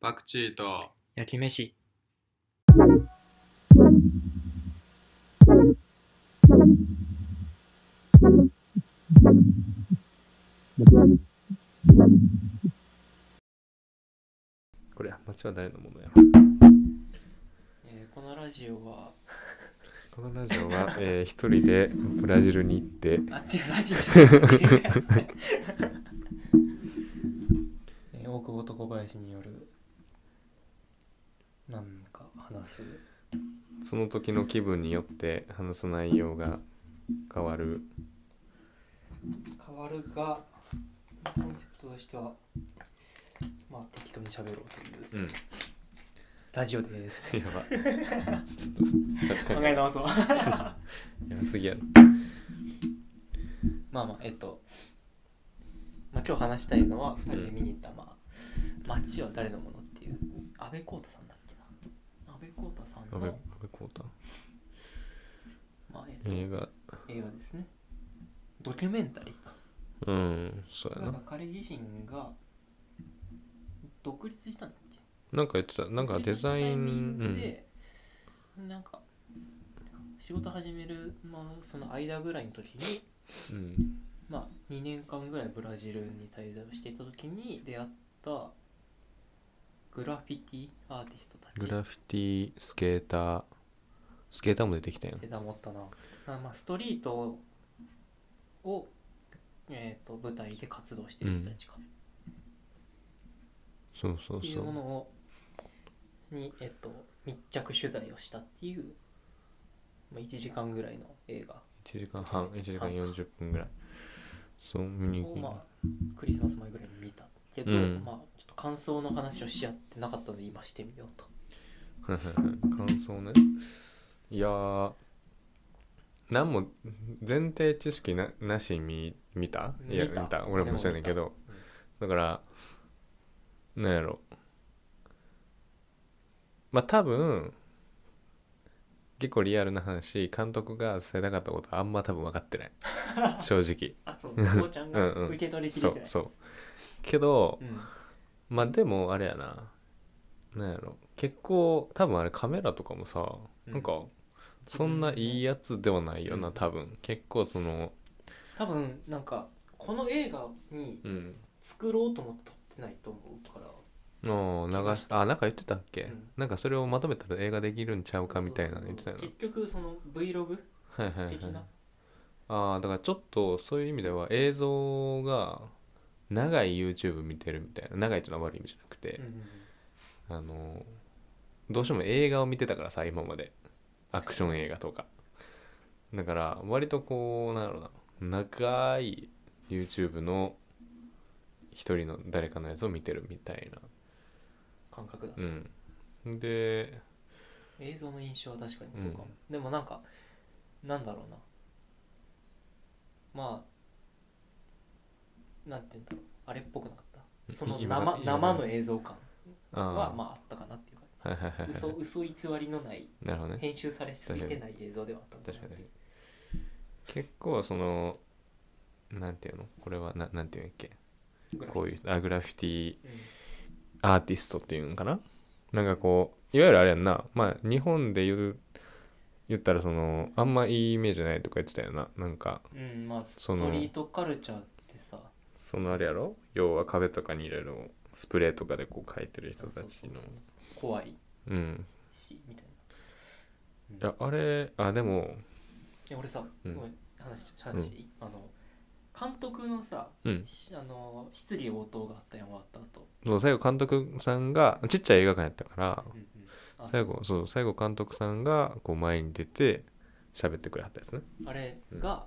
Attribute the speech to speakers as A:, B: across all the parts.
A: パクチーと
B: 焼き飯
C: これ街は誰のものや
B: えーこのラジオは
C: このラジ オは、えー一人でブラジルに行って
B: あ違うラジオ じゃないえー大久保と小林によるなんか話す
C: その時の気分によって話す内容が変わる
B: 変わるがコンセプトとしてはまあ適当に喋ろうという
C: うんや
B: ラジオ です
C: ばちょっと
B: 考え直そう
C: やばすぎやろ
B: まあまあえっと、まあ、今日話したいのは2人で見に行った、まあ「街は誰のもの」っていう安倍浩太さんだっけな安倍浩太さん
C: 安倍安
B: の、
C: 倍浩太
B: まあえっと、
C: 映画
B: 映画ですねドキュメンタリーか
C: うんそうや
B: なんか
C: な
B: 彼自身が独立したんだっけ
C: なんか言ってたなんかデザイン
B: 独立したタイミング
C: う
B: で、なんか仕事始める、まあ、その間ぐらいの時に
C: ん、うん、
B: まあ、2年間ぐらいブラジルに滞在をしていた時に出会ったグラフィティアーティストた
C: グ
B: ち
C: ラフィティスケータースケーターも出てきたよ
B: 手だもったな、まあまあ、ストリートを、えー、と舞台で活動している人たちかっ
C: そうそう
B: てい
C: そうう
B: ものをに、えっと密着取材をしたっていう、まあ、1時間ぐらいの映画
C: 1時間半1時間40分ぐらいそう見に行
B: を、
C: く
B: まあ、クリスマス前ぐらいに見たけど、
C: うん
B: まあ、ちょっと感想の話をし合ってなかったので今してみようと。
C: 感想ねいやー何も前提知識ななしに見見たいや
B: 見た
C: 俺もそうやねんけど、だからなんやろまあ多分結構リアルな話監督が伝えたかったことあんま多分分かってない 正直
B: あそう父ちゃんが
C: うんうん
B: 受け取りき
C: そ
B: れて
C: う
B: ない
C: そうけど
B: うん
C: まあでもあれやななんやろ結構多分あれカメラとかもさ、
B: うん
C: なんかそんないいやつではないよな、
B: うん
C: 多分結構その
B: 多分なんかこの映画に
C: うん
B: 作ろうと思って撮ってないと思うから
C: の流しあなんか言ってたっけ、
B: うん
C: なんかそれをまとめたら映画できるんちゃうかみたいなの言ってたよな
B: 結局その Vlog
C: はいはいはい
B: 的な
C: ああだからちょっとそういう意味では映像が長い YouTube 見てるみたいな長いっていうのは悪い意味じゃなくて
B: う、ん
C: あのどうしても映画を見てたからさ今までアクション映画とかだから割とこうなんだろうな長い YouTube の一人の誰かのやつを見てるみたいな
B: 感覚だ
C: うんで
B: 映像の印象は確かにそうかもでもなんかなんだろうなまあなんて言うんだろうあれっぽくなかったその
C: 今
B: 生
C: 今
B: 生の映像感
C: あ
B: は
C: あ
B: まああったかなっていう感
C: はいはいはい
B: じ
C: は
B: 嘘
C: い
B: 嘘偽りのない
C: なるほどね
B: 編集されすぎてない映像ではあったんだなっていう
C: 結構そのなんていうのこれはななんていうんやっけ
B: グラフ
C: こ
B: ィ
C: ういうあグラフィティ
B: ティ
C: アーティストっていうんかななんかこういわゆるあれやんなまあ日本で言う言ったらそのあんまいいイメージないとか言ってたよななんか
B: うん、うん、まあス
C: そ
B: ト
C: の
B: リートカルチャーってさ
C: そのあれやろ要は壁とかにいろいろスプレーとかでこう描いてる人たち
B: そうそ
C: の
B: うそう怖い
C: うん
B: しみたいな、うん
C: いやあれあでも
B: いや俺さ、
C: うん
B: ごめん話話していい、あの監督のさ、
C: うん
B: しあの質疑応答があったやん終わった後、
C: そう最後監督さんがちっちゃい映画館やったから
B: うんうんあ
C: 最後そう最後監督さんがこう前に出て喋ってくれはったやつね
B: そうそうあれが、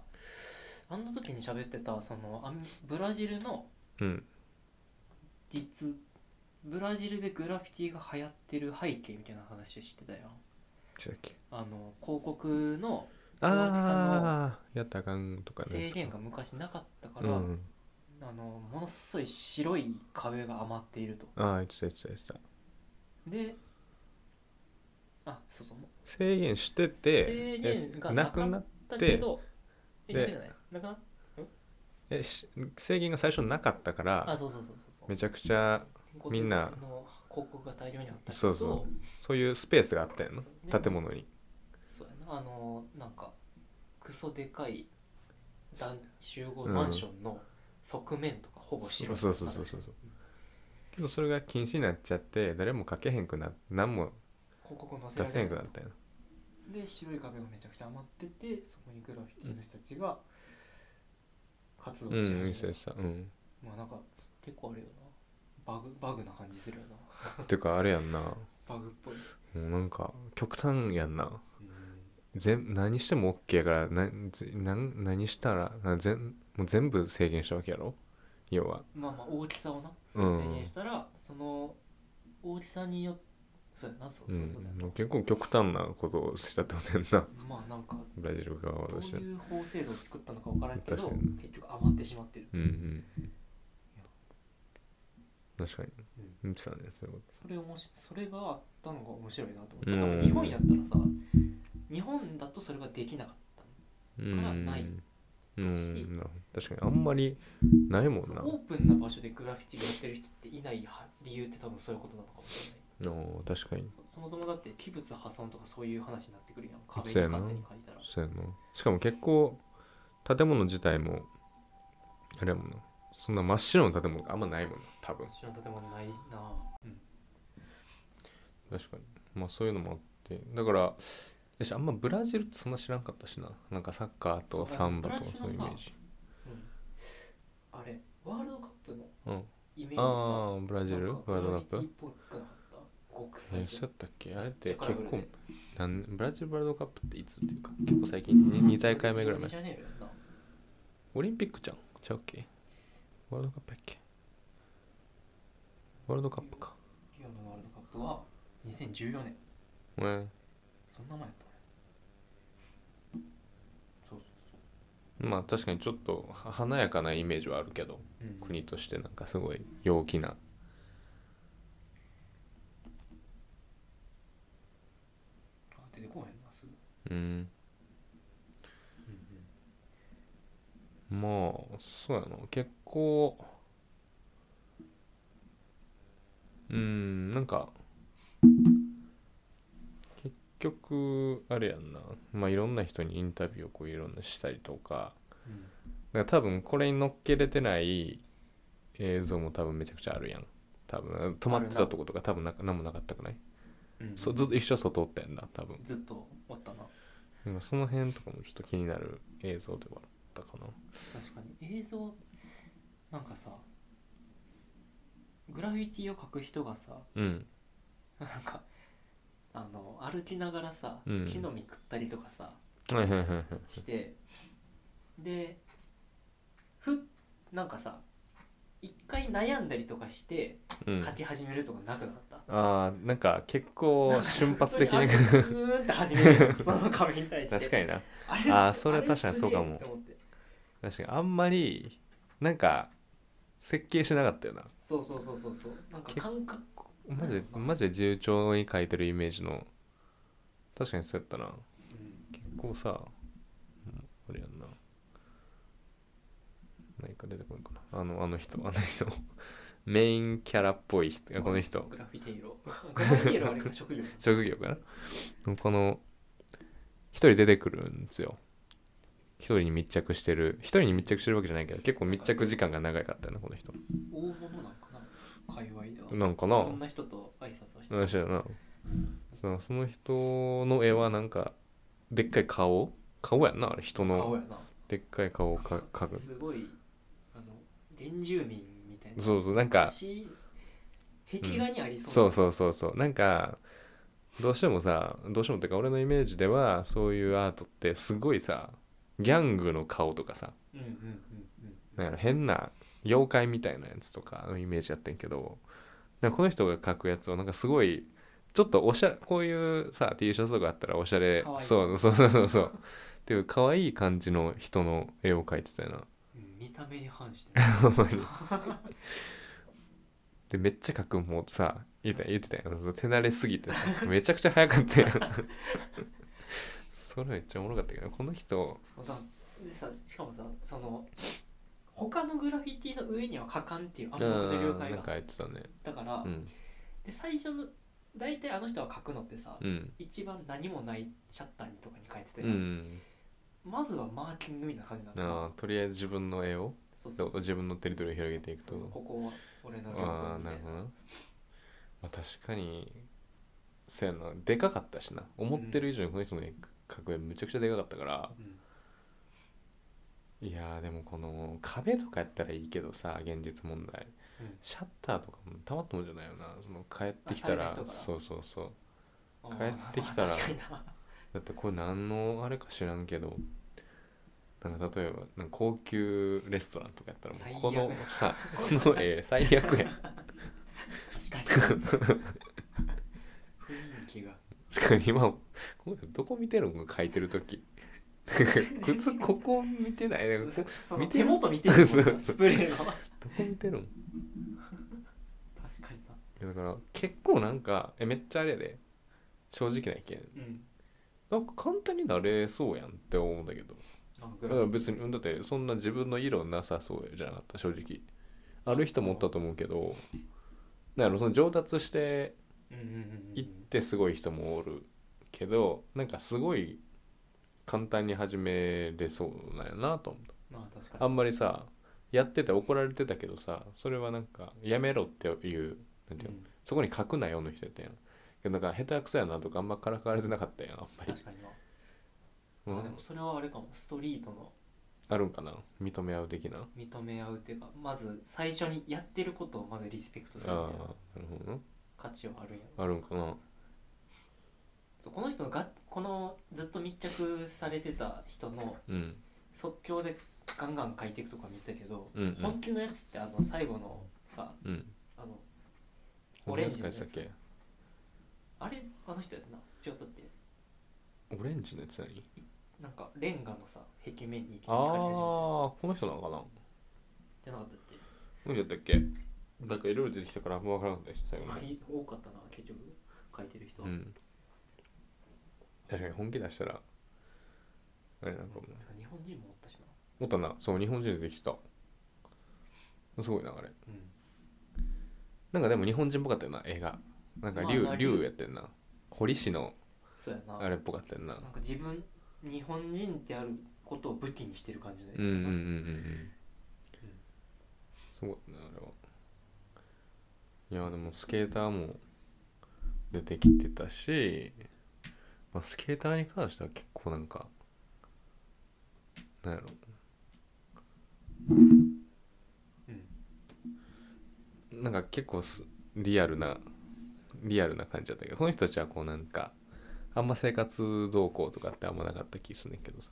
B: あの時に喋ってたそのアメブラジルの
C: うん
B: 実ブラジルでグラフィティが流行ってる背景みたいな話してたやん
C: ちっけ
B: あの広告の
C: ああやったらあかんとかね
B: 制限が昔なかったから、
C: うん、
B: あのものすごい白い壁が余っていると
C: ああ言ってた言ってた言ってた
B: であそうそうも
C: 制限してて
B: 制限が
C: え
B: な
C: な
B: か
C: く
B: っ
C: なっ
B: うだ
C: で
B: けどえ
C: で
B: ダメじゃないなくな
C: えし制限が最初なかったか
B: あ
C: ら
B: そうそうそうそう
C: めちゃくちゃ
B: そう
C: みんな
B: 後広告が大量にあったり
C: そうそうそういうスペースがあったんやな建物に
B: そうやなあのなんかクソでかい団集合
C: うん
B: マンションの側面とかほぼ白い
C: そうそうそうそうそうけどそれが禁止になっちゃって誰も書けへんくな何も
B: 広告載せら
C: 出
B: れ
C: せへんく
B: な
C: ないったんやな
B: で白い壁がめちゃくちゃ余っててそこにグラフィティの人たちが活動
C: う
B: し
C: んうん
B: 始
C: そ
B: め
C: う
B: る、
C: したうん
B: まあなんか結構あれよなバグバグな感じするよな
C: ていうかあれやんなも
B: バグっぽい、
C: うなんか極端やんな全何しても OK やからなぜなん何したらな全もう全部制限したわけやろ要は
B: まあまあ大きさをなそ
C: うん
B: う制限したら、その大きさによってそうやなそう
C: う
B: そういうことやな、
C: ん、結構極端なことをしたってことやんな
B: まあなんか
C: ブラジル側
B: ど
C: と
B: う
C: して
B: いう法制度を作ったのかわからんけど
C: 確かに
B: 結局余ってしまってる
C: うんうん確かに見てたねそういうこ
B: それ面白それがあったのが面白いなと思って、
C: うん
B: 多分日本やったらさ日本だとそれができなかった
C: とう
B: からない
C: んうんなるほど確かにあんまりないもん
B: そう
C: な
B: オープンな場所でグラフィティやってる人っていないは理由って多分そういうことなのかもしれない
C: の確かに
B: そそもそもだって器物破損とかそういう話になってくるやん壁に
C: そうや
B: 勝
C: な
B: 手に書いたら
C: そうやなしかも結構建物自体もあれやもんなそんな真っ白の建物あんまないもんな多分
B: 後ろの建物ないなうん
C: 確かにまあそういうのもあってだから私あんまブラジルってそんな知らんかったしななんかサッカーと
B: そう
C: サンバとか
B: ブラジル
C: そう
B: の
C: い
B: さ
C: うイメージ
B: うんあれワールドカップの
C: うん
B: イメージさ
C: ああブラジル
B: な
C: ワ
B: んか
C: ールドカ
B: グ
C: ッ
B: ラフィ
C: プ
B: ティっぽくなかった極彩
C: 何しちゃったっけあれって
B: だから
C: 結
B: ぐらい
C: 構
B: で
C: なんブラジルワールドカップっていつっていうか結構最近 2, 2大会目ぐらい前
B: じゃねえよな
C: オリンピックじゃんちゃうっけワールドカップやっけワールドカップか
B: リオのワールドカップは2014年
C: うん
B: そんな前やったねそうそうそ
C: まあ確かにちょっとは華やかなイメージはあるけど
B: う、うん
C: 国としてなんかすごい陽気な
B: あ出てこへんなすぐ、
C: うんまあそうやな結構うんなんか結局あれやんなまあいろんな人にインタビューをこういろんなしたりとかだから多分これに乗っけれてない映像も多分めちゃくちゃあるやん多分止まってたとことか多分な何もなかったくない、
B: うん
C: そうずっと一緒外おったやんな多分
B: ずっとおったな
C: なんかその辺とかもちょっと気になる映像ではあったかな
B: 確かに映像なんかさグラフィティを描く人がさ
C: うん
B: なんかあの歩きながらさ、
C: うん
B: 木の実食ったりとかさ
C: はいはいはいはい
B: してでふっなんかさ一回悩んだりとかして
C: うん
B: 書き始めるとかなくなった、
C: あーなんか結構瞬発的 な
B: 普通にあれうーんって始め るよその壁に対して
C: 確かにな
B: あれす
C: あーそれは確かにそうかも
B: あれすげえって思って
C: 確かにあんまりなんか設計しなかったよな
B: そうそうそうそうそうなんか感覚
C: マジで
B: うん
C: マジで重調に書いてるイメージの確かにそうやった
B: う
C: な
B: ん
C: 結構さうんあれやんな何か出てこないかなあのあの人あの人 メインキャラっぽい人いやこの人
B: グラフィテイログラフィテイロはあれか職業
C: 職業かなこの一人出てくるんですよ一人に密着してる一人に密着してるわけじゃないけど結構密着時間が長かったよなこの人
B: 大物なんかな界隈では
C: なんか
B: いろん
C: な
B: な人と挨拶はして
C: 話だなそのその人の絵はなんかでっかい顔顔やんなあれ人
B: 顔
C: の
B: やな
C: でっかい顔をか描く
B: すごいあの原住民みたいな
C: そうそうなんか
B: 昔壁画にあり
C: そ
B: そう
C: うそうそうそうなんかどうしてもさどうしてもってか俺のイメージではそういうアートってすごいさギャングの顔とかさ
B: うんうんうんうん
C: だから変な妖怪みたいなやつとかのイメージやってんけどなんかこの人が描くやつをなんかすごいちょっとおしゃこういうさ T シャツとかあったらおしゃれ
B: かわいい
C: そうそうそうそうそうっていう可愛い感じの人の絵を描いてたよな
B: うん見た目に反して
C: ほ んまにでめっちゃ描くもうさ言ってた言ってたやん手慣れすぎてさめちゃくちゃ早かったやんそれめっちゃおもろかったけどこの人
B: だでさしかもさその他のグラフィティの上には書かんっていう暗黙の了解
C: なん
B: が
C: かやってたね
B: だから、
C: うん
B: で最初の大体あの人は書くのってさ、
C: うん
B: 一番何もないシャッターにとかに書いてて、
C: うん
B: まずはマーキングみたいな感じなの
C: あーとりあえず自分の絵を
B: そう
C: って
B: そう
C: こと
B: そう
C: 自分のテリトリーを広げていくと
B: そうそうここは俺の領
C: ああ
B: 分み
C: な
B: たい
C: るほ
B: な
C: どな、まあ、確かにそうやなでかかったしな思ってる以上にこの人の格上めちゃくちゃでかかったから、
B: うん
C: いやーでもこの壁とかやったらいいけどさ現実問題
B: うん
C: シャッターとかもたまったもんじゃないよなその帰ってきたら
B: あされた人から
C: そうそうそう
B: あー
C: 帰ってきたら
B: まあ確かにな
C: だってこれ何のあれか知らんけどなんか例えばなんか高級レストランとかやったらもうこの
B: 最悪
C: さこの絵最悪やん
B: 確かに 雰囲気が
C: しかも今この人どこ見てるの書いてる時普通ここ見てないなんか
B: そ
C: こ
B: その
C: 見て
B: 手元見てる
C: そう
B: もん
C: そう
B: なスプレーの確
C: どこ見てるんい
B: かにな
C: やだから結構なんかえめっちゃあれやで正直な意見
B: うん
C: なんか簡単になれそうやんって思うんだけど
B: あ
C: だ
B: グ
C: か
B: ラ
C: ら
B: フ
C: 別にだってそんな自分の色なさそうじゃなかった正直ある人もおったと思うけどだからその上達して
B: うんうんうんう
C: いっ
B: ん
C: てすごい人もおるけどなんかすごい簡単に始めれそうなんやなと思った
B: まあ確か
C: あ
B: に
C: んまりさやってて怒られてたけどさそれはなんかやめろっていうなんていううの
B: ん
C: そこに書くなよの人やったやんけどなんか下手くそやなとかあんまからかわれてなかったやんあんまり
B: 確かにな
C: う
B: あで
C: ん
B: もそれはあれかもストリートの
C: あるんかな認め合う的な
B: 認め合うっていうかまず最初にやってることをまずリスペクトするみ
C: あ
B: たいな
C: あーなるほどな
B: 価値はあるんやろ
C: あるんかな
B: そうこの人がこのずっと密着されてた人の
C: うん
B: 即興でガンガン書いていくとか見てたけど、
C: うんうん
B: 本気のやつってあの最後のさ
C: うん
B: あの
C: オ
B: オ
C: レ
B: レ
C: ン
B: ン
C: ジ
B: ジ
C: の
B: の
C: や
B: や
C: つ
B: つ
C: だっけ
B: あれあの人やんな違ったって
C: オレンジのやつ何
B: なんかレンガのさ壁面にいき
C: あ
B: な
C: あ
B: り光り始めたや
C: この人なのかな
B: つじゃなかったっけ
C: この人だったっけなんかいろいろ出てきたからあんま分からなかったし最後の
B: まあ
C: 方
B: い多かったな結局書いてる人
C: う
B: は、
C: ん確かに本気出したらあれなんかもう
B: てか日本人もおったしな
C: おったなそう日本人でできてたすごいなあれ
B: うん
C: なんかでも日本人っぽかったよな映画なんか
B: まあ
C: 竜
B: な
C: 竜
B: 竜
C: やってんな堀市の
B: そうやな
C: あれっぽかったよな
B: なんか自分日本人ってあることを武器にしてる感じで、
C: うんうんうんうんうんすごいなあれはいやでもスケーターも出てきてたし、まあ、スケーターに関しては結構なんかなんやろ
B: うん
C: なんか結構すリアルなリアルな感じだったけどこの人たちはこうなんかあんま生活動向とかってあんまなかった気すんねんけどさ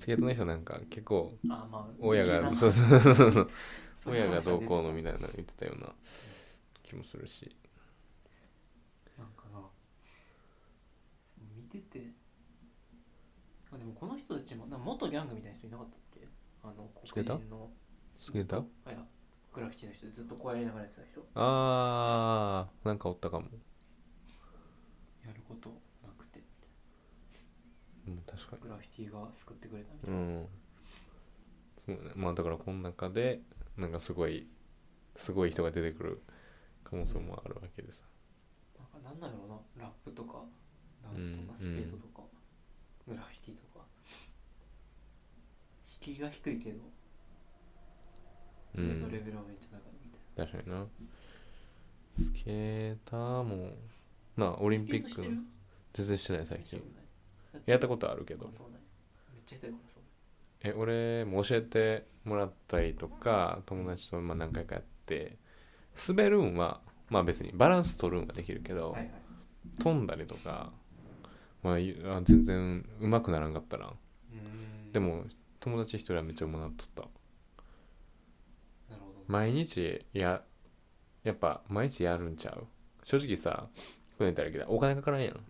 C: スケートの人なんか結構
B: あまあ
C: 親が
B: そ
C: そううそうそうそうそう
B: そう
C: 親がどうこうの
B: なん
C: みたいなの言ってたような気もするし
B: かなそう見ててあでもこの人たちもなんか元ギャングみたいな人いなかったっけあの
C: スケー
B: 黒
C: ター
B: 人の
C: スケーター
B: あいやグラフィティの人でずっとこうやりながらやってた人
C: あーなんかおったかも
B: やることなくて
C: うん確か
B: グラフィティが救ってくれたみたい
C: にうんそうねまあだからこの中でなんかすごいすごい人が出てくる可能性もあるわけでさ
B: な,、なんかなんなんやろうなラップとかダンスとか
C: う
B: ス
C: ん
B: ケートとか、グラフィティとか敷居が低いけど
C: う
B: 上の
C: ん
B: レベルはめっちゃ高いみたい
C: 確かになスケーターもまあオ
B: な、
C: リ
B: ス
C: ン
B: ケ
C: ピ
B: ート
C: ッ
B: して
C: ク
B: る
C: の全然してない最近や
B: や
C: ったことあるけど
B: そうなんやめっちゃ下手やからそれ
C: え俺も教えてもらったりとか友達とまあ何回かやって滑るんはまあ別にバランス取るんはできるけど、
B: はいはい
C: 飛んだりとか、まあ、いあ全然うまくならんかったら
B: うーん
C: でも友達一人はめっちゃうまなっとった
B: なるほど、
C: 毎日ややっぱ毎日やるんちゃう正直さこれ言ったらいいけどお金かからんやん
B: うん、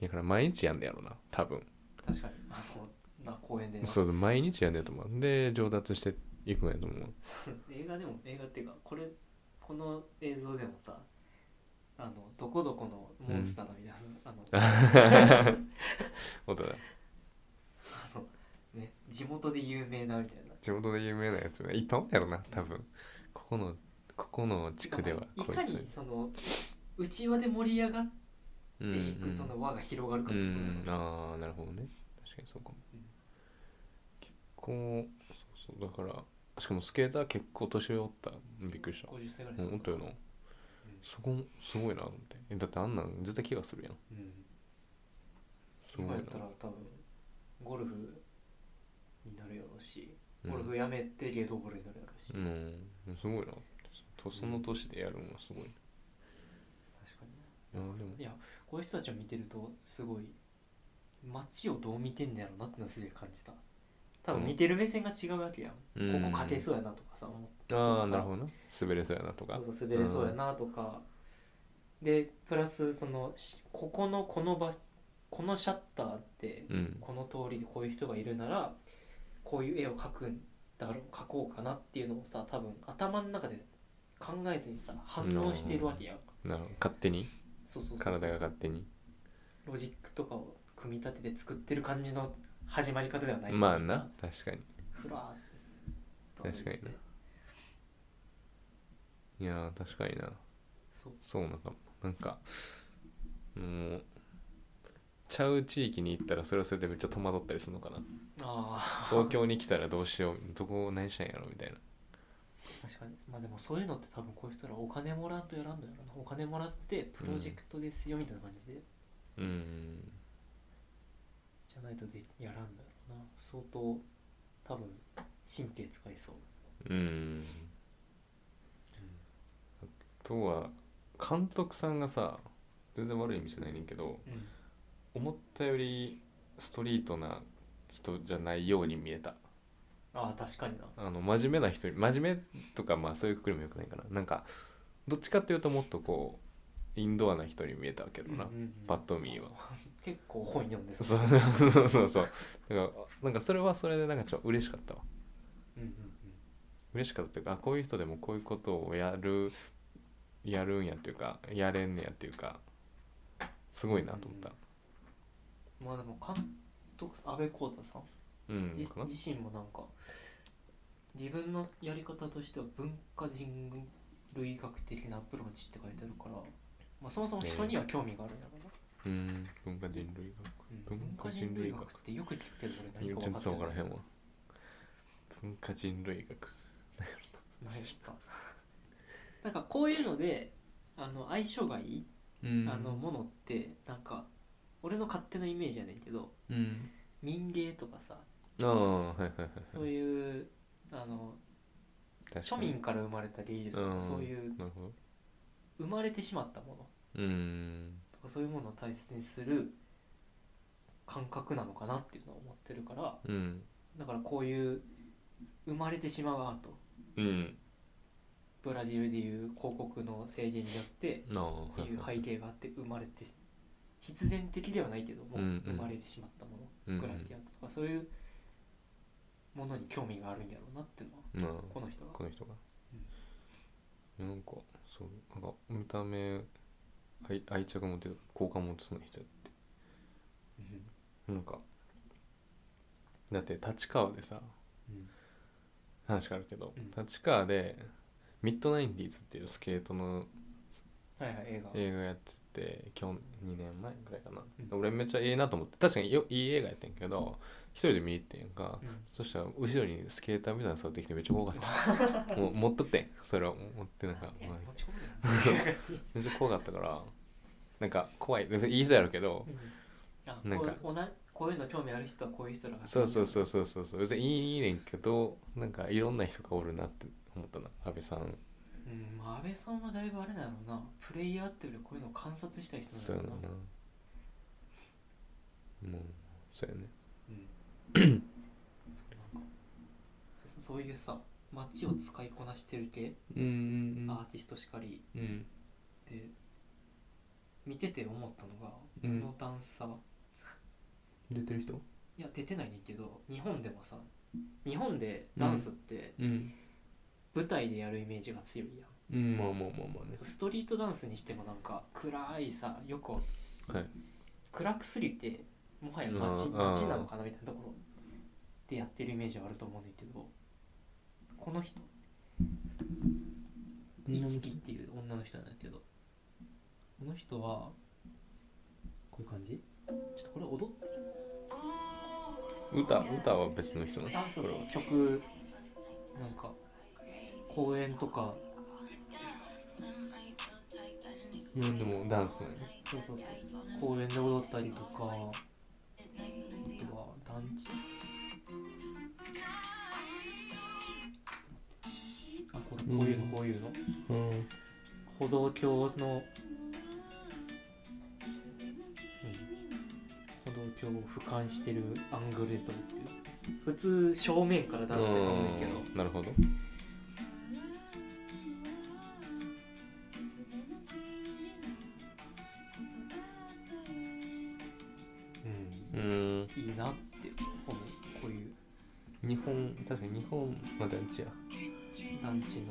C: だから毎日やんねやろな多分
B: 確かにあそうな公園でな
C: そうそう毎日やんねやと思うで上達していくんやと思う
B: そう 映画でも映画っていうかこれこの映像でもさあのどこどこのモンスターのみたいな、あの
C: 大人
B: あのね地元で有名なみたいな
C: 地元で有名なやつねいっぱいおるやろな多分ここのここの地区では
B: まあい
C: こ
B: か
C: いつ
B: にその内輪で盛り上がっ
C: うん
B: ていくその輪が広がるか
C: う
B: ってことだよ
C: ん
B: ね
C: ああなるほどね確かにそうかも、
B: うん
C: 結構そうそうだからしかもスケーター結構年上おったびっくりした
B: 50歳ぐらい
C: うんおったよな、
B: ん
C: そこもすごいなと思ってえだってあんなん絶対怪我するやん
B: うん
C: すごい
B: 今
C: な
B: やったら多分ゴルフになるやろうし
C: うん
B: ゴルフやめてゲートボールになるやろうし、
C: うんすごいなとその年でやるのはすごい
B: 確かにね
C: な、いやでも
B: いやこういう人たちを見てるとすごい街をどう見てんねやろなってのをすげえ感じた多分見てる目線が違うわけやん、
C: うん
B: ここ勝てそうやなとかさ思っ
C: ああなるほどな滑れそうやなとか
B: そうそう滑れそうやなとか、でプラスそのしここのこの場このシャッターって
C: うん
B: この通りでこういう人がいるならこういう絵を描くんだろう描こうかなっていうのをさ多分頭の中で考えずにさ反応しているわけやん、
C: なるほど勝手に
B: そうそうそうそう
C: 体が勝手に
B: ロジックとかを組み立てて作ってる感じの始まり方ではない
C: まあな確かに
B: ふらーっと歩いてて
C: 確かにいやー確かにな
B: そう
C: そうなんかもなんかもうちゃう地域に行ったらそれはそれでめっちゃ戸惑ったりするのかな
B: ああ
C: 東京に来たらどうしようどこ何したんやろみたいな
B: 確かにまあでもそういうのって多分こういう人らお金もらうとやらんのやろなお金もらってプロジェクトですよみたいな感じで、
C: うん
B: じゃないとでやらんだろうな相当多分神経使いそう
C: うんあとは監督さんがさ全然悪い意味じゃないねんけど
B: うん
C: 思ったよりストリートな人じゃないように見えた
B: ああ確かにな
C: あの真面目な人に真面目とかまあそういうくくりもよくないかななんかどっちかっていうともっとこうインドアな人に見えたけどな、
B: うんうんうん
C: パッと見は
B: 結構本読んで、
C: そううそうそうそうだからなんかそれはそれでなんかちょ嬉しかったわ
B: うんうん
C: 嬉しかったというかあこういう人でもこういうことをやるやるんやっていうかやれんねやっていうかすごいなと思った
B: うん、まあでも監督安倍浩太さん
C: うん、
B: じ
C: かな
B: 自身もなんか自分のやり方としては文化人類学的なアプローチって書いてあるから、まあ、そもそも人には興味があるんだろうな、
C: うん文化人類
B: うん
C: 文
B: 文化
C: 化
B: 人
C: 人
B: 類
C: 類
B: 学
C: 学
B: ってよく聞くけど俺
C: 学い
B: 何
C: や
B: か
C: 全
B: 分かってない
C: 然わからへんわ文化人類学
B: ないですかなんかこういうのであの相性がいい、
C: うん
B: あのものってなんか俺の勝手なイメージやねんけど
C: うん
B: 民芸とかさ
C: ああはいはいはい
B: そういうあの
C: 確かに
B: 庶民から生まれた芸術と
C: う
B: か
C: ん
B: そういう
C: なるほど
B: 生まれてしまったもの
C: うん
B: とかそういうものを大切にする感覚なのかなっていうのは思ってるから
C: うん
B: だからこういう生まれてしまうアート
C: うん
B: ブラジルでいう広告の制限によって
C: ああ
B: っていう
C: は
B: 背景があって生まれてし必然的ではないけども、
C: うんうん
B: 生まれてしまったも
C: うん
B: の
C: うん
B: グラフィティアートとかそういうものに興味があるんやろうなっていうのは
C: なあ
B: この人が
C: この人が、なんかそうなんか見た目愛愛着持ってる好感持ってそうな人やって
B: うん
C: なんかだって立川でさ話があるけど、
B: うん
C: 立川でミッドナインティーズっていうスケートの
B: はいはい映画
C: 映画やってて去年2年前ぐらいかな、
B: うん
C: 俺めっちゃええなと思って確かによいい映画やってんけど一人で見に行ってんやんか、
B: うん
C: そしたら後ろにスケーターみたいなの座ってきてめっちゃ怖かっ たもう持っとってんそれを持ってなんか
B: え
C: お前
B: 持ち込むな
C: めっちゃ怖かったからなんか怖いいい人やろうけど
B: うんあ
C: なんか
B: こうおなこういうの興味ある人はこういう人らが
C: そうそう
B: う
C: そうそうそうそう別にいいねんけどなんかいろんな人がおるなって思ったな安倍さん
B: んまあ安倍さんはだいぶあれだろうなプレイヤーっていうよりこういうのを観察したい人
C: そう
B: な
C: や
B: んだろうな
C: なもうそうやね
B: うんそうなんかそそういうさ街を使いこなしてる系、
C: うん
B: アーティストしかり
C: うん
B: で見てて思ったのが、
C: うん
B: このダンサー
C: 出てる人
B: いや出てないねんけど日本でもさ日本でダンスって
C: うん
B: 舞台でやるイメージが強いやん、
C: うんまあまあまあまあね
B: ストリートダンスにしてもなんか暗いさよく
C: はい
B: 暗くすぎてもはや
C: う
B: 街
C: ん
B: 街なのかなみたいなところでやってるイメージはあると思うんだけどこの人いつきっていう女の人なんだけどこの人はこういう感じちょっとこれ踊ってる
C: 歌歌は別の人なの
B: あそうそう曲なんか公演とか
C: 日本でもダンスなのね
B: そうそう公園で踊ったりとかあとは団地ちょっと待ってあこれこういうのこういうの
C: うん
B: 歩道橋の、歩道橋を俯瞰してるアングルで撮るっていう普通正面からダンスで撮るんだけど
C: なるほどうん
B: いいなって思うこういう
C: 日本確かに日本まだうちや
B: 団地の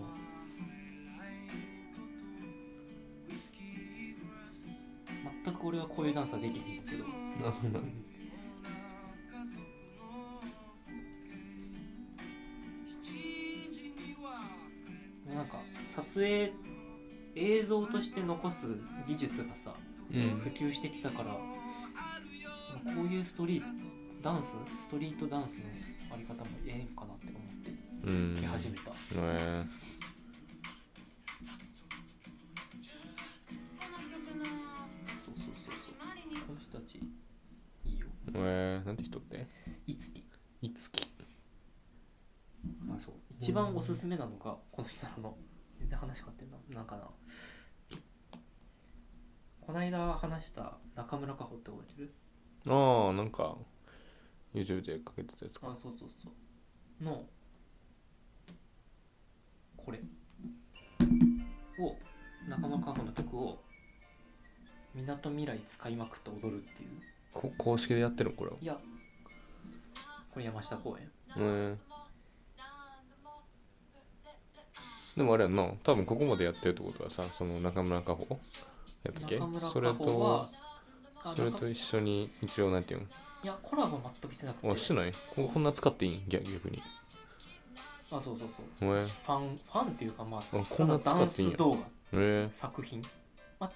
B: 全く俺はこういうダンスはできへんだけど
C: あそうなんだ
B: なんか撮影映像として残す技術がさ
C: う
B: 普及してきたからこういうストリートダンスストリートダンスのあり方もええんかなって思っ
C: うん
B: て来始めた、
C: へえ
B: そうそうそうそうこの人たちいいよ
C: へえなんて人って
B: いつき
C: いつき
B: あそう一番おすすめなのがこの人なの全然話変わってんななんかなこないだ話した中村佳穂って覚えてる
C: ああなんか YouTube でかけてたやつか
B: あそうそうそうのこれを中村佳穂の曲をみなとみらい使いまくって踊るっていう
C: こ公式でやってるのこれはい
B: やこれ山下公園
C: へえでもあれやんな多分ここまでやってるってことはさその中村佳穂やったっけ
B: 中村
C: それ
B: 佳穂
C: と
B: はあ
C: それ
B: 中
C: と一緒に一応なんていう
B: いやコラボ全くしてなくて
C: のあしてないここんな使っていいん逆逆にへ
B: あそうそうそう
C: えへ
B: ファンファンっていうかまあ
C: あこんな
B: ただダン
C: 使っていいん
B: ス
C: や
B: 動画
C: え
B: 作品、まあ、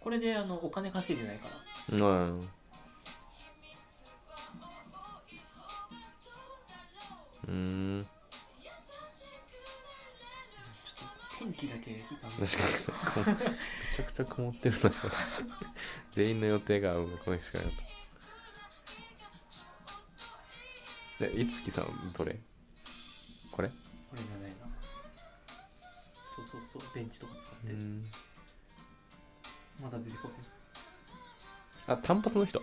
B: これであのお金稼いでないから
C: うんうん
B: ちょっと天気だけ残念
C: 確かにめちゃくちゃ曇ってるな 全員の予定が合うがこの日しかなかったでいつきさんどれこれ
B: これじゃないなそうそうそう電池とか使って、まだ出てこない
C: あ単発の人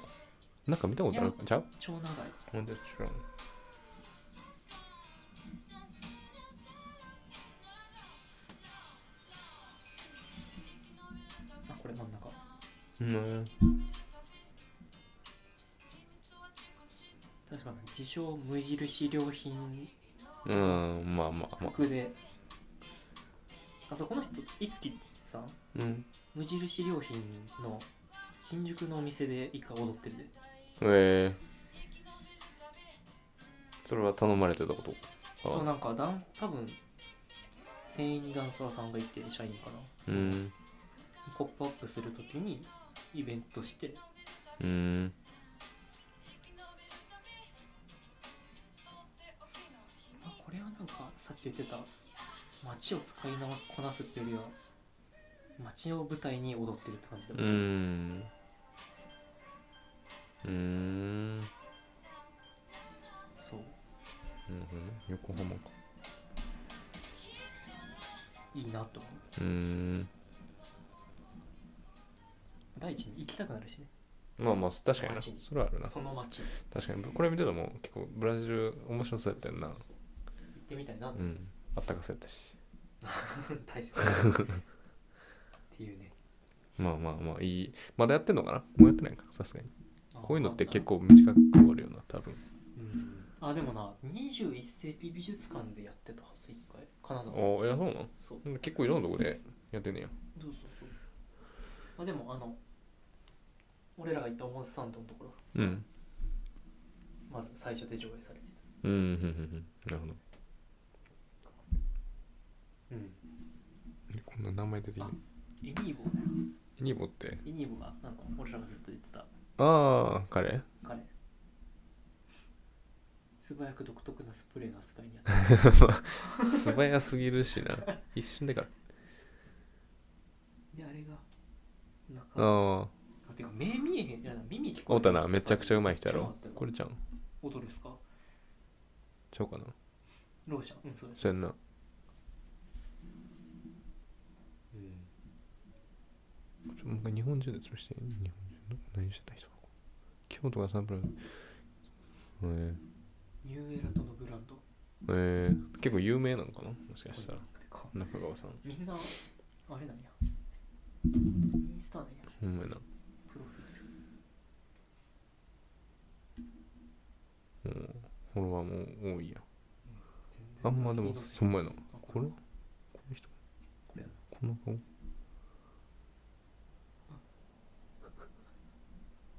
C: なんか見たことある
B: い
C: ちゃう
B: 超長い
C: ほんと知らん
B: あこれ真ん中
C: うん
B: 確かに自称無印良品
C: うんまあまあまあ
B: 服であそうこの人いつきさん
C: うん
B: 無印良品の新宿のお店で一回踊ってるで
C: ええそれは頼まれてたこと
B: そう
C: あ
B: なんかダンス多分店員にダンサーさんがいて社員かな
C: うん
B: ポップアップするときにイベントして
C: うん
B: あこれはなんかさっき言ってた街を使いなこなすっていうよりは街を舞台に踊ってるって感じだ
C: う
B: もん、
C: ーんうーんなる
B: そう
C: ほどね横浜か
B: いいなと思う
C: うーん
B: 第一に行きたくなるしね
C: まあまあ確かにな
B: 街に
C: それはあるな
B: その街に
C: 確かにこれ見てたもん結構ブラジル面白そうやったよな
B: 行ってみたいな、
C: うんあったかそうやったし
B: 大切っていうね
C: まあまあまあいいまだやってんのかなもうやってないんかさすがに
B: あ
C: こういうのって
B: なんだ
C: 結構短く終わるよな多分
B: うんあでもな21世紀美術館でやってたはず一回金沢
C: ああいやそうなの
B: そう
C: うん結構いろんなとこでやってんねや
B: そうそうそうあでもあの俺らが行った表参道のところ
C: うん
B: まず最初で上映されて
C: うんうんうんうんなるほど
B: たうん
C: こんな名前出ていい
B: あ
C: の
B: エニーボーだよ
C: エニボって
B: エニーボーがあの俺らがずっと言ってた
C: ああ彼
B: 彼素早く独特なスプレーの扱いにあっ
C: 素早すぎるしな一瞬でか
B: であれがなんか
C: ああ
B: あてか目見えへんじゃない耳聞こえ
C: おうたなめちゃくちゃうまい人やろこ
B: これ
C: れちゃん
B: 音ですか
C: ちゃうかな
B: ローシャンうんそうです
C: そうやんな
B: うん
C: ちょなんか日本中で潰して日本中の何してた人京都がサンプルえ
B: ニューエラとのブランド
C: ー、えー、結構有名なのかなもしかしたら
B: てか
C: 中川さん
B: みんなあれなんやインスタなんや
C: ほんまやな
B: プロフィール
C: うんフォロワーも多いや
B: 全
C: あ
B: 然
C: んまでも
B: バラエティーのせい
C: そんまやな
B: あ
C: これこの人
B: これやな
C: この顔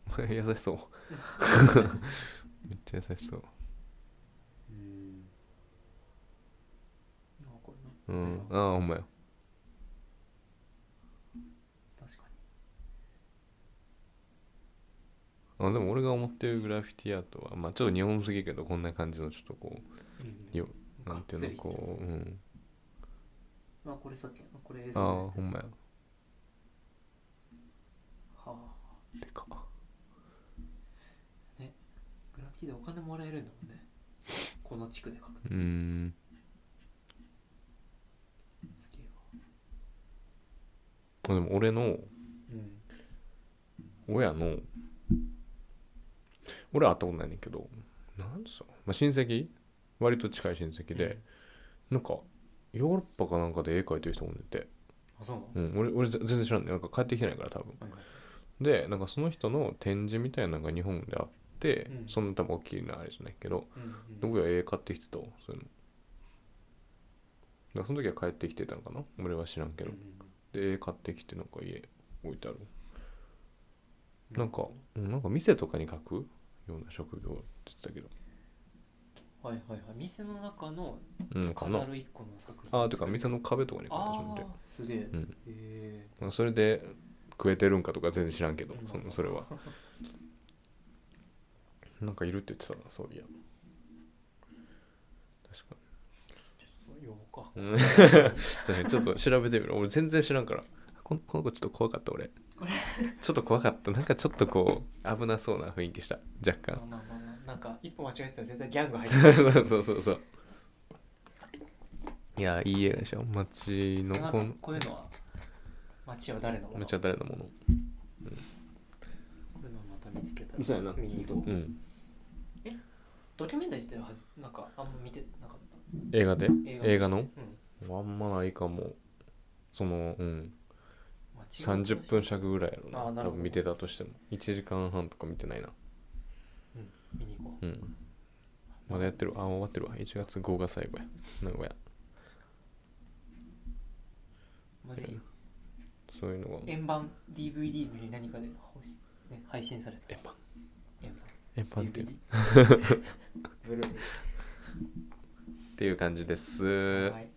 C: お前 優しそう めっちゃ優しそう
B: うんあこ
C: う
B: れな、
C: ん
B: でさ
C: ああほんまや
B: 確か
C: あでも俺が思ってるグラフィティアートはまあちょっと日本すぎるけどこんな感じのちょっとこ
B: に、
C: うよ
B: が
C: なん
B: ってつ
C: いう
B: り
C: の
B: してるやつ
C: こううん
B: あこれさっきのこれ映
C: ああ
B: 像
C: ほんまや
B: はあ
C: てか
B: グラフィティでお金もらえるんだもんねこの地区で書くと
C: うーん
B: すげえわ
C: あでも俺の
B: うん
C: 親の俺は会ったことないねんけどなんさ、まあ、親戚割と近い親戚で、なんかヨーロッパかなんかで絵描いてる人もいて、
B: あそうなの
C: うん、俺俺ぜ全然知らんねんなんか帰ってきてないから多分
B: はいはい
C: でなんかその人の展示みたいなのが日本であって、
B: うん
C: そんな多分大きいのはあれじゃないけど
B: うんうん
C: 僕は絵買ってきてたわそういうのだからその時は帰ってきてたのかな俺は知らんけど、
B: うんうん
C: で絵買ってきてなんか家置いてあるなんか、うんなんか店とかに書くような職業って言ってたけど。
B: はいはいはい店の中の
C: うん、か
B: 飾
C: な。
B: る一個の作品
C: ああ、てか店の壁とかに書いて
B: あ
C: しまって
B: あすげえ、
C: うん
B: へえ
C: まあ。それで食えてるんかとか全然知らんけど
B: う、ん
C: そのそれは。なんかいるって言ってたな、そういや。確か
B: ちょっとようか
C: に。うん確かにちょっと調べてみろ。俺全然知らんから。このこの子ちょっと怖かっ た俺。ちょっと怖かった。なんかちょっとこう、危なそうな雰囲気した。若
B: まあ
C: 干。
B: まあまあまあなんか一歩間違えてたら絶対ギャング入って
C: そうそうそうそう。いや、いい映画でしょ。街の
B: るなん
C: こ
B: か
C: の。
B: こういうのは街は誰のも
C: め
B: の
C: っちゃ誰のもの
B: こういうのをまた見つけた
C: そうやな
B: 見に行こう
C: うん
B: ドキュメンタリー自体ははじなんかあんま見てなかった
C: 映画で
B: 映
C: 映
B: 画
C: 画
B: で
C: の
B: うん
C: あんまないかもそのうん
B: 街が
C: 30分尺ぐらいやろ
B: あー
C: な
B: なるほど
C: 多分見てたとしても1時間半とか見てないな
B: うん見に行こ
C: うんまだやってるあ終わってるわ1月5が最後や名古屋
B: うマジで
C: そういうのが
B: 円盤 DVD に何かで欲しい、ね、配信された
C: 円盤
B: 円
C: 円盤
B: 盤
C: っていう
B: DVD ブルーレイ
C: っていう感じです
B: はい